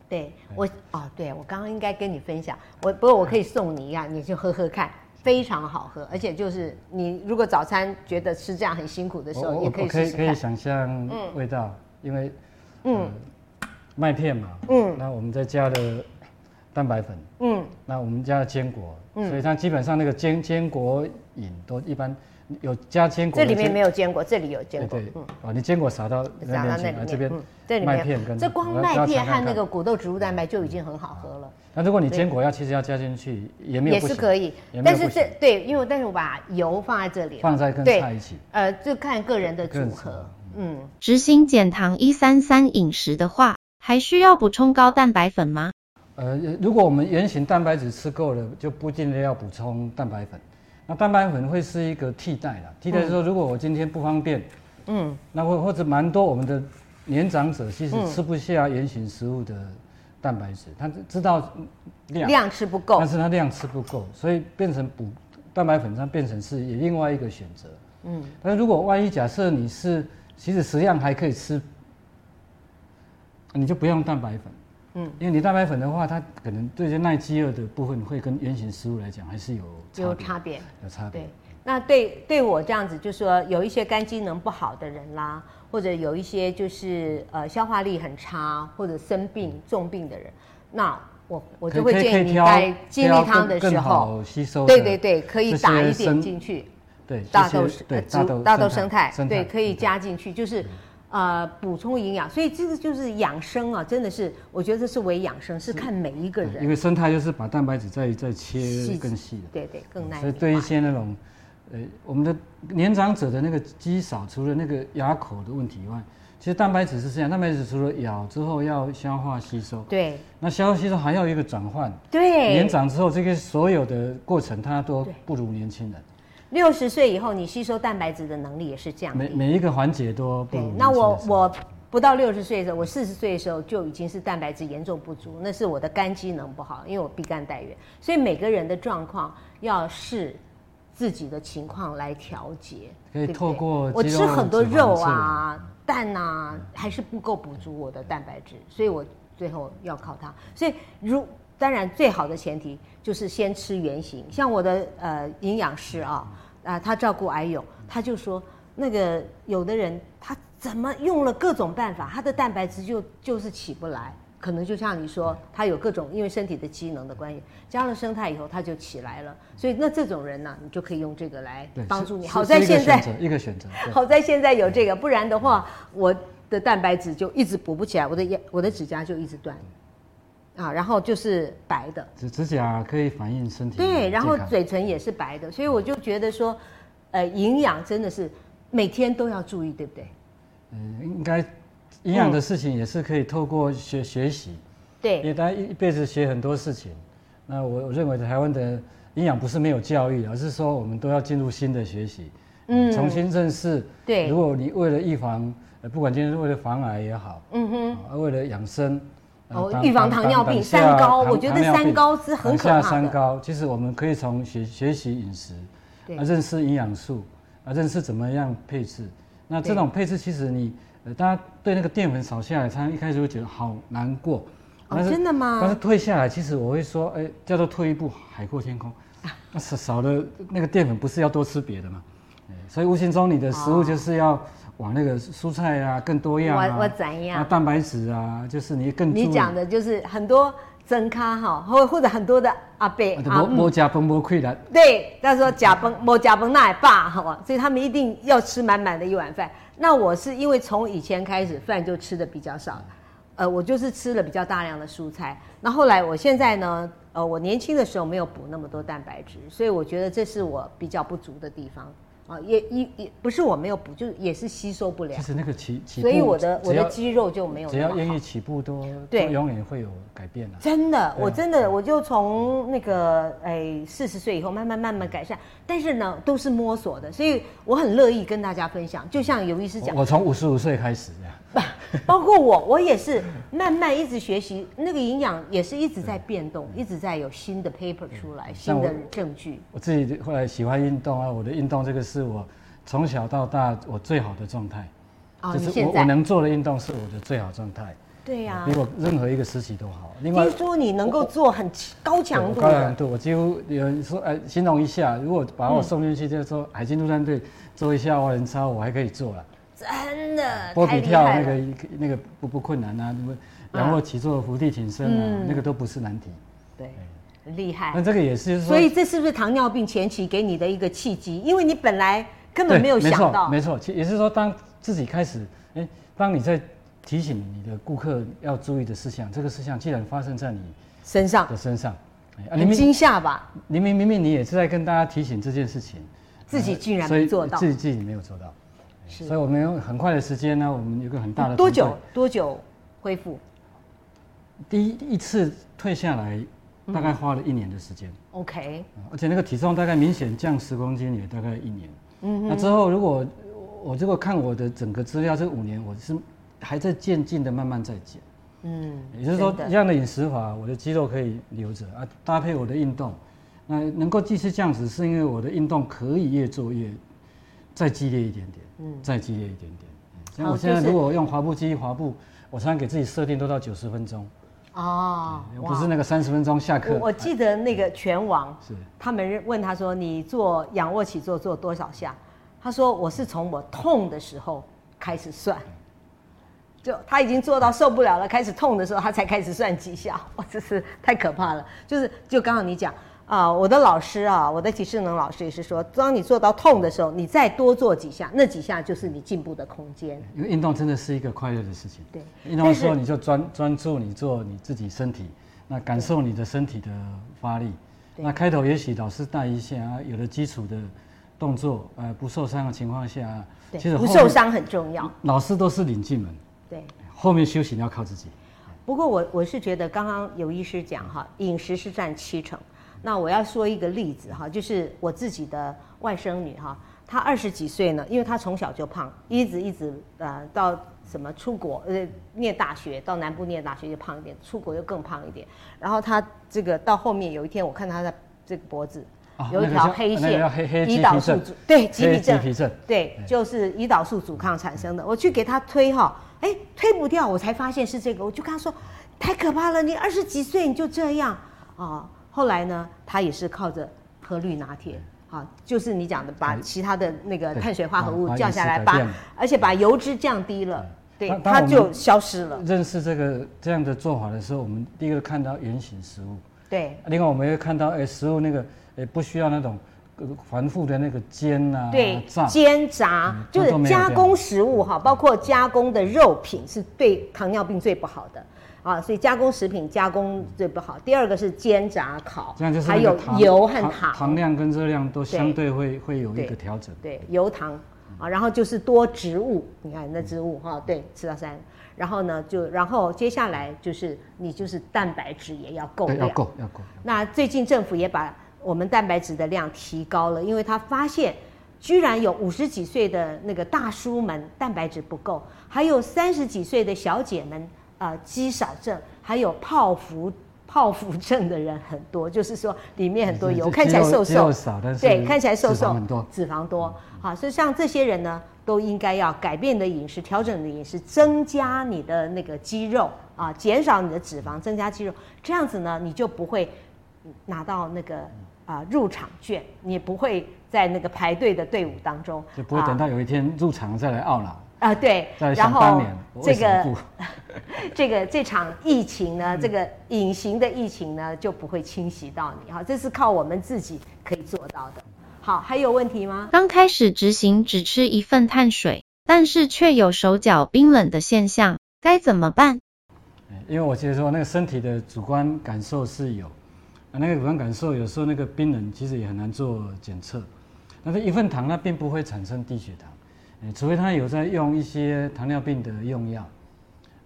[SPEAKER 4] 对我哦，对我刚刚应该跟你分享，我不过我可以送你一样，你去喝喝看，非常好
[SPEAKER 3] 嗯
[SPEAKER 4] 喝，而且就是你如果早餐觉得吃这样很辛苦的时候，也可以
[SPEAKER 3] 哦可
[SPEAKER 4] 试
[SPEAKER 3] 以
[SPEAKER 4] 试
[SPEAKER 3] 可以
[SPEAKER 4] 看。嗯
[SPEAKER 3] 想象味道，因为嗯、麦片嘛，嗯，那我们再加了蛋白粉，
[SPEAKER 4] 嗯，
[SPEAKER 3] 那我们加了坚果，所以它基本上那个坚坚果饮都一般有加坚果
[SPEAKER 4] 这
[SPEAKER 3] 的
[SPEAKER 4] 里
[SPEAKER 3] 坚，
[SPEAKER 4] 面没有坚果，这里有坚
[SPEAKER 3] 对
[SPEAKER 4] 果。嗯
[SPEAKER 3] 对，哦，你坚果撒到
[SPEAKER 4] 撒到
[SPEAKER 3] 那边去，
[SPEAKER 4] 那里
[SPEAKER 3] 啊
[SPEAKER 4] 面，
[SPEAKER 3] 这边
[SPEAKER 4] 嗯这里
[SPEAKER 3] 麦片跟
[SPEAKER 4] 面，这光
[SPEAKER 3] 我要
[SPEAKER 4] 麦片
[SPEAKER 3] 我要
[SPEAKER 4] 和
[SPEAKER 3] 尝
[SPEAKER 4] 那
[SPEAKER 3] 看
[SPEAKER 4] 个
[SPEAKER 3] 看
[SPEAKER 4] 谷豆植物蛋白就已经很好喝了。
[SPEAKER 3] 那如果你坚果要其实要加进去也没有
[SPEAKER 4] 也
[SPEAKER 3] 不
[SPEAKER 4] 是
[SPEAKER 3] 行
[SPEAKER 4] 可以
[SPEAKER 3] 也，没有
[SPEAKER 4] 但是
[SPEAKER 3] 不
[SPEAKER 4] 这
[SPEAKER 3] 行
[SPEAKER 4] 对，因为但是我把油放在这里了，
[SPEAKER 3] 放在跟
[SPEAKER 4] 对
[SPEAKER 3] 菜一起，
[SPEAKER 4] 呃，就看个人的
[SPEAKER 3] 个人
[SPEAKER 4] 组
[SPEAKER 3] 组
[SPEAKER 4] 合
[SPEAKER 3] 合，
[SPEAKER 4] 嗯，
[SPEAKER 2] 执行减糖一三三饮食的话，还需要补充高蛋白粉吗？
[SPEAKER 3] 呃，如果我们原型蛋白质吃够了，就不一定要补充蛋白粉。那蛋白粉会是一个替代啦，替代是说，如果我今天不方便，嗯，那或或者蛮多我们的年长者其实吃不下原型食物的蛋白质，他知道量，
[SPEAKER 4] 量吃不够
[SPEAKER 3] 但，是他量吃不够，所以变成补蛋白粉，它变成是也另外一个选择。嗯，但是如果万一假设你是其实食量还可以吃，你就不用蛋白粉。嗯，因为你蛋白粉的话，它可能对这耐饥饿的部分会跟原型食物来讲还是有差
[SPEAKER 4] 有
[SPEAKER 3] 别
[SPEAKER 4] 差别，
[SPEAKER 3] 有差别
[SPEAKER 4] 对。，那对对我这样子，就说有一些肝机能不好的人啦，或者有一些就是呃消化力很差或者生病重病的人，那我我就会
[SPEAKER 3] 可以可以
[SPEAKER 4] 建议
[SPEAKER 3] 可
[SPEAKER 4] 你
[SPEAKER 3] 以挑
[SPEAKER 4] 在精力
[SPEAKER 3] 挑
[SPEAKER 4] 汤的
[SPEAKER 3] 更
[SPEAKER 4] 时
[SPEAKER 3] 更
[SPEAKER 4] 候，
[SPEAKER 3] 好吸收的
[SPEAKER 4] 对对对，可以
[SPEAKER 3] 这些
[SPEAKER 4] 打一点
[SPEAKER 3] 生
[SPEAKER 4] 进去，
[SPEAKER 3] 对
[SPEAKER 4] 大
[SPEAKER 3] 这些
[SPEAKER 4] 豆是
[SPEAKER 3] 对
[SPEAKER 4] 呃
[SPEAKER 3] 大
[SPEAKER 4] 植
[SPEAKER 3] 豆
[SPEAKER 4] 物大豆生态，
[SPEAKER 3] 生
[SPEAKER 4] 对，
[SPEAKER 3] 态
[SPEAKER 4] 可以加进去，就是呃补充营养，所以这个就是养生啊，真的是，我觉得这是为养生，是看每一个
[SPEAKER 3] 对因
[SPEAKER 4] 人，
[SPEAKER 3] 为生态就是把蛋白质再再切
[SPEAKER 4] 细
[SPEAKER 3] 更细的。
[SPEAKER 4] 对对，更耐
[SPEAKER 3] 所
[SPEAKER 4] 力
[SPEAKER 3] 以对一些那种，呃，我们的年长者的那个肌少，除了那个牙口的问题以外，其实蛋白质是这样，蛋白质除了咬之后要消化吸收，
[SPEAKER 4] 对
[SPEAKER 3] 那消化吸收还要有一个转换。
[SPEAKER 4] 对，
[SPEAKER 3] 年长之后，这个所有的过程它都不如年轻人，
[SPEAKER 4] 六十岁以后，你吸收蛋白质的能力也是降
[SPEAKER 3] 每
[SPEAKER 4] 低。
[SPEAKER 3] 每一个环节都不
[SPEAKER 4] 对
[SPEAKER 3] 如年，轻人。
[SPEAKER 4] 那我我不到六十岁的时候，我四十岁的时候就已经是蛋白质严重不足，那是我的肝机能不好，因为我必干带源，所以每个人的状况要视自己的情况来调节。
[SPEAKER 3] 可
[SPEAKER 4] 对
[SPEAKER 3] 以
[SPEAKER 4] 不对
[SPEAKER 3] 透过
[SPEAKER 4] 我
[SPEAKER 3] 肌
[SPEAKER 4] 吃
[SPEAKER 3] 肉
[SPEAKER 4] 很多
[SPEAKER 3] 脂肪
[SPEAKER 4] 肉
[SPEAKER 3] 摄
[SPEAKER 4] 啊、蛋啊，还是不够补足我的蛋白质，所以我最后要靠它。所以如当然最好的前提就是先吃原形。像我的呃营养师啊啊、他照顾癌友，他就说那个有的人他怎么用了各种办法，他的蛋白质就就是起不来。可能就像你说，他有各种因为身体的机能的关系，加了生态以后，他就起来了。所以那这种人呢，你就可以用这个来
[SPEAKER 3] 对
[SPEAKER 4] 帮
[SPEAKER 3] 是
[SPEAKER 4] 助你。
[SPEAKER 3] 是
[SPEAKER 4] 好
[SPEAKER 3] 是
[SPEAKER 4] 在
[SPEAKER 3] 一个
[SPEAKER 4] 现在
[SPEAKER 3] 选择一个选择，对
[SPEAKER 4] 好在现在有这个，不然的话，我的蛋白质就一直补不起来，我的牙我的指甲就一直断，啊，然后就是白的，
[SPEAKER 3] 指指甲可以反映身体的
[SPEAKER 4] 对，然后
[SPEAKER 3] 健康
[SPEAKER 4] 嘴唇也是白的，所以我就觉得说，呃，营养真的是每天都要注意，对不对？
[SPEAKER 3] 嗯应该营养
[SPEAKER 4] 嗯
[SPEAKER 3] 的事情也是可以透过学学习，因
[SPEAKER 4] 对，
[SPEAKER 3] 为大家一一辈子学很多事情。那我我认为台湾的营养不是没有教育，而是说我们都要进入新的学习，嗯，重新认识。
[SPEAKER 4] 对
[SPEAKER 3] 如果你为了预防，呃不管今天是为了防癌也好，
[SPEAKER 4] 嗯哼，
[SPEAKER 3] 嗯，啊为了养生。
[SPEAKER 4] 哦
[SPEAKER 3] 呃挡
[SPEAKER 4] 预防糖尿病
[SPEAKER 3] 挡下
[SPEAKER 4] 三高
[SPEAKER 3] 糖
[SPEAKER 4] 我觉得
[SPEAKER 3] 糖尿病
[SPEAKER 4] 三高是很可怕的
[SPEAKER 3] 挡下三高，其实我们可以从学学习饮食，
[SPEAKER 4] 对
[SPEAKER 3] 啊，认识营养素，啊，认识怎么样配置。那这种配置，其实你呃，大家对那个淀粉少下来，他一开始会觉得好难过。
[SPEAKER 4] 哦
[SPEAKER 3] 但是
[SPEAKER 4] 真的吗
[SPEAKER 3] 但是退下来，其实我会说，哎、叫做退一步海阔天空。
[SPEAKER 4] 啊
[SPEAKER 3] 那少少了那个淀粉，不是要多吃别的嘛？哎所以无形中你的食物就是要往那个蔬菜啊更多样啊，
[SPEAKER 4] 我我怎样
[SPEAKER 3] 啊蛋白质啊，就是你更
[SPEAKER 4] 你
[SPEAKER 3] 注意
[SPEAKER 4] 讲的就是很多增咖哈，或或者很多的阿贝
[SPEAKER 3] 啊就
[SPEAKER 4] 阿
[SPEAKER 3] 无
[SPEAKER 4] 姆
[SPEAKER 3] 无加崩无溃啦，
[SPEAKER 4] 对，他说假崩，我假崩那也罢，好吧，所以他们一定要吃满满的一碗饭。那我是因为从以前开始饭就吃的比较少，呃，我就是吃了比较大量的蔬菜。那后来我现在呢，呃，我年轻的时候没有补那么多蛋白质，所以我觉得这是我比较不足的地方啊，也也也不是我没有补，就也是吸收不了
[SPEAKER 3] 其，实那个起起步，
[SPEAKER 4] 啊所以我的我
[SPEAKER 3] 只
[SPEAKER 4] 的
[SPEAKER 3] 要
[SPEAKER 4] 肌肉就没有
[SPEAKER 3] 只
[SPEAKER 4] 那么
[SPEAKER 3] 要
[SPEAKER 4] 好。
[SPEAKER 3] 愿意起步都，都
[SPEAKER 4] 对
[SPEAKER 3] 永远会有改变啦。
[SPEAKER 4] 真的，
[SPEAKER 3] 对
[SPEAKER 4] 我真的，我就从那个哎四十岁以后慢慢慢慢改善，但是呢，都是摸索的，所以我很乐意跟大家分享。就像有医师讲
[SPEAKER 3] 我，我从五十五岁开始这样，
[SPEAKER 4] 包括我，我也是慢慢一直学习，那个营养也是一直在变动，一直在有新的 paper 出来，
[SPEAKER 3] 嗯像
[SPEAKER 4] 新
[SPEAKER 3] 我
[SPEAKER 4] 的证据。
[SPEAKER 3] 我自己后来喜欢运动啊，我的运动这个是我从小到大我最好的状态，
[SPEAKER 4] 哦，
[SPEAKER 3] 就
[SPEAKER 4] 你
[SPEAKER 3] 是
[SPEAKER 4] 现
[SPEAKER 3] 我我
[SPEAKER 4] 在
[SPEAKER 3] 能做的运动是我的最好状态，
[SPEAKER 4] 对呀、
[SPEAKER 3] 比我任何一个时期都好。另外
[SPEAKER 4] 听，说你能够做很高强
[SPEAKER 3] 我
[SPEAKER 4] 度
[SPEAKER 3] 高强
[SPEAKER 4] 的，
[SPEAKER 3] 度，我几乎有人说，哎，形容一下，如果把我送进去，就是说海军陆战队做一下蛙人操，我还可以做了。
[SPEAKER 4] 真的
[SPEAKER 3] 波
[SPEAKER 4] 呃太
[SPEAKER 3] 比
[SPEAKER 4] 厉
[SPEAKER 3] 跳
[SPEAKER 4] 害
[SPEAKER 3] 那
[SPEAKER 4] 了。
[SPEAKER 3] 个那个不不困难啊，仰卧起坐、伏地挺身
[SPEAKER 4] 嗯
[SPEAKER 3] 啊，那个都不是难题。
[SPEAKER 4] 对，很厉害。
[SPEAKER 3] 但这个也是说，
[SPEAKER 4] 啊所以这是不是糖尿病前期给你的一个契机？因为你本来根
[SPEAKER 3] 对
[SPEAKER 4] 本没有想到，
[SPEAKER 3] 没错，没错，其也是说，当自己开始，哎，当你在提醒你的顾客要注意的事项，这个事项既然发生在你
[SPEAKER 4] 身上
[SPEAKER 3] 的身上，哎啊，你
[SPEAKER 4] 很
[SPEAKER 3] 明
[SPEAKER 4] 惊吓吧？
[SPEAKER 3] 你明明明你也是在跟大家提醒这件事情，
[SPEAKER 4] 自己竟然
[SPEAKER 3] 所以
[SPEAKER 4] 没做到
[SPEAKER 3] 自己自己没有做到，
[SPEAKER 4] 是
[SPEAKER 3] 所以我们用很快的时间呢，我们有一个很大的
[SPEAKER 4] 多
[SPEAKER 3] 团队
[SPEAKER 4] 久？多久恢复？
[SPEAKER 3] 第一一次退下来，大
[SPEAKER 4] 嗯
[SPEAKER 3] 概花了一年的时间。
[SPEAKER 4] OK，
[SPEAKER 3] 而且那个体重大概明显降十公斤，也大概一年。嗯，那之后如果我如果看我的整个资料，这五年我是还在渐进的慢慢在减。
[SPEAKER 4] 嗯，
[SPEAKER 3] 也就是说
[SPEAKER 4] 真，
[SPEAKER 3] 一
[SPEAKER 4] 的
[SPEAKER 3] 样的饮食法，我的肌肉可以留着啊，搭配我的运动，那能够继续这样子，是因为我的运动可以越做越再激烈一点点，嗯，再激烈一点点。嗯像
[SPEAKER 4] 好
[SPEAKER 3] 我现在
[SPEAKER 4] 哦就是
[SPEAKER 3] 如果用滑步机滑步，我常常给自己设定都到九十分钟，
[SPEAKER 4] 哦，
[SPEAKER 3] 不是
[SPEAKER 4] 哇！
[SPEAKER 3] 那个三十分钟下课
[SPEAKER 4] 我。我记得那个拳王，
[SPEAKER 3] 是
[SPEAKER 4] 他们认问他说：“你做仰卧起坐做多少下？”他说：“我是从我痛的时候开始算，就他已经做到受不了了，开始痛的时候，他才开始算几下。 哇，真是太可怕了！就是就刚刚你讲啊、我的老师啊，我的体适能老师也是说，当你做到痛的时候，你再多做几下，那几下就是你进步的空间。
[SPEAKER 3] 因为运动真的是一个快乐的事情。
[SPEAKER 4] 对
[SPEAKER 3] 运动的时候你就专专注你做你自己身体，那感受你的身体的发力。那开头也许老师带一下啊，有了基础的动作呃不受伤的情况下啊，
[SPEAKER 4] 对，
[SPEAKER 3] 其实
[SPEAKER 4] 不
[SPEAKER 3] 后
[SPEAKER 4] 受
[SPEAKER 3] 面
[SPEAKER 4] 伤很重要。
[SPEAKER 3] 老师都是领进门，
[SPEAKER 4] 对，
[SPEAKER 3] 后面修行要靠自己。
[SPEAKER 4] 不过我我是觉得刚刚有医师讲哈，饮食是占七成。那我要说一个例子哈，就是我自己的外甥女哈，她二十几岁呢，因为她从小就胖，一直一直呃到什么出国呃念大学，到南部念大学就胖一点，出国又更胖一点。然后她这个到后面有一天，我看她的这个脖子
[SPEAKER 3] 啊
[SPEAKER 4] 有一条黑
[SPEAKER 3] 那个叫那个
[SPEAKER 4] 线
[SPEAKER 3] 叫黑黑，
[SPEAKER 4] 胰
[SPEAKER 3] 棘
[SPEAKER 4] 岛
[SPEAKER 3] 皮
[SPEAKER 4] 素
[SPEAKER 3] 症
[SPEAKER 4] 阻对棘
[SPEAKER 3] 黑
[SPEAKER 4] 皮症
[SPEAKER 3] 棘皮症
[SPEAKER 4] 对，就是胰岛素阻抗产生的。我去给他推哈，哎，推不掉，我才发现是这个。我就跟他说，太可怕了，你二十几岁你就这样啊、后来呢，他也是靠着喝绿拿铁。啊，就是你讲的，把其他的那个
[SPEAKER 3] 哎对
[SPEAKER 4] 碳水化合物
[SPEAKER 3] 把把饮食
[SPEAKER 4] 降下来，
[SPEAKER 3] 改
[SPEAKER 4] 把
[SPEAKER 3] 变了
[SPEAKER 4] 而且把油脂降低了，对，
[SPEAKER 3] 哎当当
[SPEAKER 4] 它
[SPEAKER 3] 我们
[SPEAKER 4] 就消失了。
[SPEAKER 3] 认识这个这样的做法的时候，我们第一个看到原型食物，
[SPEAKER 4] 对
[SPEAKER 3] 另外我们会看到哎、食物那个哎、不需要那种呃繁复的那个煎啊
[SPEAKER 4] 对
[SPEAKER 3] 炸，，
[SPEAKER 4] 煎炸
[SPEAKER 3] 嗯
[SPEAKER 4] 就
[SPEAKER 3] 都
[SPEAKER 4] 是加
[SPEAKER 3] 没有这样
[SPEAKER 4] 工食物哈，包括加工的肉品是对糖尿病最不好的啊，所以加工食品加工最不好。第二个是煎炸烤
[SPEAKER 3] 这样就，是
[SPEAKER 4] 还
[SPEAKER 3] 那个
[SPEAKER 4] 有
[SPEAKER 3] 糖
[SPEAKER 4] 油和
[SPEAKER 3] 糖糖量跟热量都相对会会有一个调整。
[SPEAKER 4] 对，油糖啊，然后就是多植物，你看那植物哈、对，吃到三，然后呢就，然后接下来就是你就是蛋白质也要够
[SPEAKER 3] 对，
[SPEAKER 4] 量
[SPEAKER 3] 要，够要够。
[SPEAKER 4] 那最近政府也把我们蛋白质的量提高了，因为他发现居然有五十几岁的那个大叔们蛋白质不够，还有三十几岁的小姐们啊、呃肌少症，还有泡芙。泡芙症的人很多， 就是说里面很多油，
[SPEAKER 3] 肌
[SPEAKER 4] 看起来
[SPEAKER 3] 肌肉
[SPEAKER 4] 瘦
[SPEAKER 3] 肌
[SPEAKER 4] 瘦
[SPEAKER 3] 肉少但，是
[SPEAKER 4] 对，看起来瘦
[SPEAKER 3] 脂
[SPEAKER 4] 瘦
[SPEAKER 3] 肪很多，
[SPEAKER 4] 脂肪多。好，所以像这些人呢，都应该要改变你的饮食，调整你的饮食，增加你的那个肌肉啊，减少你的脂肪，增加肌肉，这样子呢，你就不会拿到那个啊、入场券，你不会在那个排队的队伍当中，
[SPEAKER 3] 就不会等到有一天入场再来懊恼，
[SPEAKER 4] 啊、对，
[SPEAKER 3] 再来
[SPEAKER 4] 啊然
[SPEAKER 3] 想当
[SPEAKER 4] 后
[SPEAKER 3] 年我
[SPEAKER 4] 这
[SPEAKER 3] 为什
[SPEAKER 4] 个
[SPEAKER 3] 么 不？嗯
[SPEAKER 4] 这个这场疫情呢，这个隐形的疫情呢就不会侵袭到你哈，这是靠我们自己可以做到的。好，还有问题吗？
[SPEAKER 2] 刚开始执行只吃一份碳水，但是却有手脚冰冷的现象，该怎么办？
[SPEAKER 3] 哎因为我觉得说那个身体的主观感受是有，啊，那个主观感受有时候那个冰冷其实也很难做检测，但是一份糖它并不会产生低血糖，呃除非它有在用一些糖尿病的用药。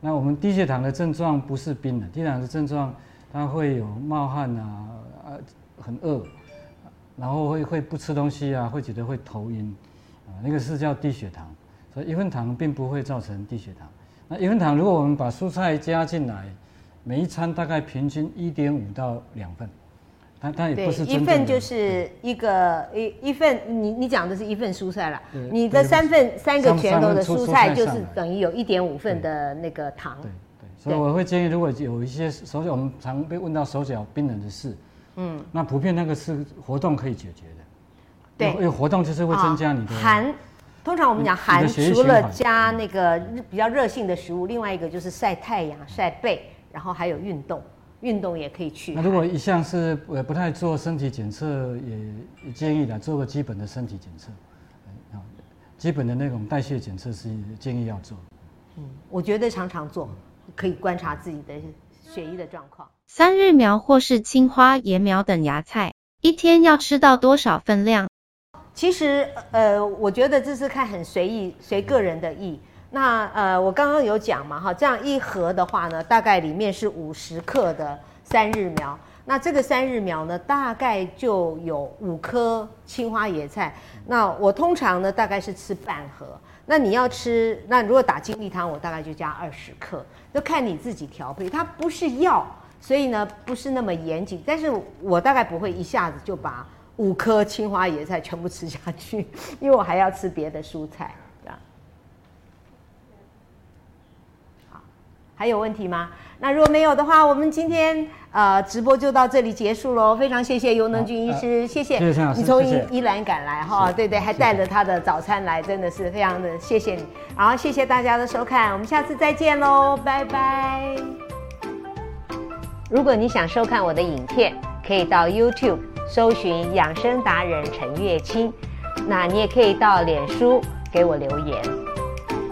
[SPEAKER 3] 那我们低血糖的症状不是冰冷，低血糖的症状它会有冒汗啊，啊很饿，然后会会不吃东西啊，会觉得会头晕，啊，那个是叫低血糖。所以一份糖并不会造成低血糖。那一份糖，如果我们把蔬菜加进来，每一餐大概平均一点五到两份，它它也
[SPEAKER 4] 对
[SPEAKER 3] 不是，
[SPEAKER 4] 一
[SPEAKER 3] 真正
[SPEAKER 4] 份
[SPEAKER 3] 的
[SPEAKER 4] 就是一个一一份，你你讲的是一份蔬菜啦
[SPEAKER 3] 对，
[SPEAKER 4] 你的
[SPEAKER 3] 对
[SPEAKER 4] 三份三个
[SPEAKER 3] 三
[SPEAKER 4] 拳头的
[SPEAKER 3] 三份
[SPEAKER 4] 蔬
[SPEAKER 3] 蔬
[SPEAKER 4] 菜
[SPEAKER 3] 菜
[SPEAKER 4] 就是
[SPEAKER 3] 上来
[SPEAKER 4] 等于有一点五份的那个糖，
[SPEAKER 3] 对对，所以我会建议，如果有一些手脚，我们常被问到手脚冰冷的事，嗯，那普遍那个是活动可以解决的。
[SPEAKER 4] 对
[SPEAKER 3] 因为因为活动就是会增加你的、
[SPEAKER 4] 啊寒。通常我们讲
[SPEAKER 3] 你
[SPEAKER 4] 寒，
[SPEAKER 3] 的血液循
[SPEAKER 4] 除
[SPEAKER 3] 环
[SPEAKER 4] 了加那个日比较热性的食物，另外一个就是晒太阳、晒背，然后还有运动，运动也可以去
[SPEAKER 3] 那。如果一向是呃不太做身体检测，也也建议的做个基本的身体检测，嗯啊基本的那种代谢检测是建议要做。
[SPEAKER 4] 我觉得常常做，可以观察自己的血液的状况。
[SPEAKER 2] 三日苗或是青花椰苗等芽菜，一天要吃到多少份量？
[SPEAKER 4] 其实呃，我觉得这是看很随意，随个人的意。那呃，我刚刚有讲嘛哈，这样一盒的话呢，大概里面是五十克的三日苗。那这个三日苗呢，大概就有五颗青花野菜。那我通常呢，大概是吃半盒。那你要吃，那如果打精力汤，我大概就加二十克，就看你自己调配。它不是药，所以呢不是那么严谨。但是我大概不会一下子就把五颗青花野菜全部吃下去，因为我还要吃别的蔬菜。这样好还有问题吗？那如果没有的话，我们今天呃直播就到这里结束喽。非常谢谢尤能俊医师，谢谢
[SPEAKER 3] 谢谢陈老师
[SPEAKER 4] 你从
[SPEAKER 3] 谢
[SPEAKER 4] 宜
[SPEAKER 3] 谢
[SPEAKER 4] 宜兰赶来哈，对对，还带了他的早餐来，真的是非常的谢谢你。然后谢谢大家的收看，我们下次再见喽，拜拜。
[SPEAKER 1] 如果你想收看我的影片，可以到 YouTube 搜寻“养生达人陈月清”，那你也可以到脸书给我留言。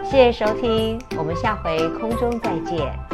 [SPEAKER 1] 谢谢收听，我们下回空中再见。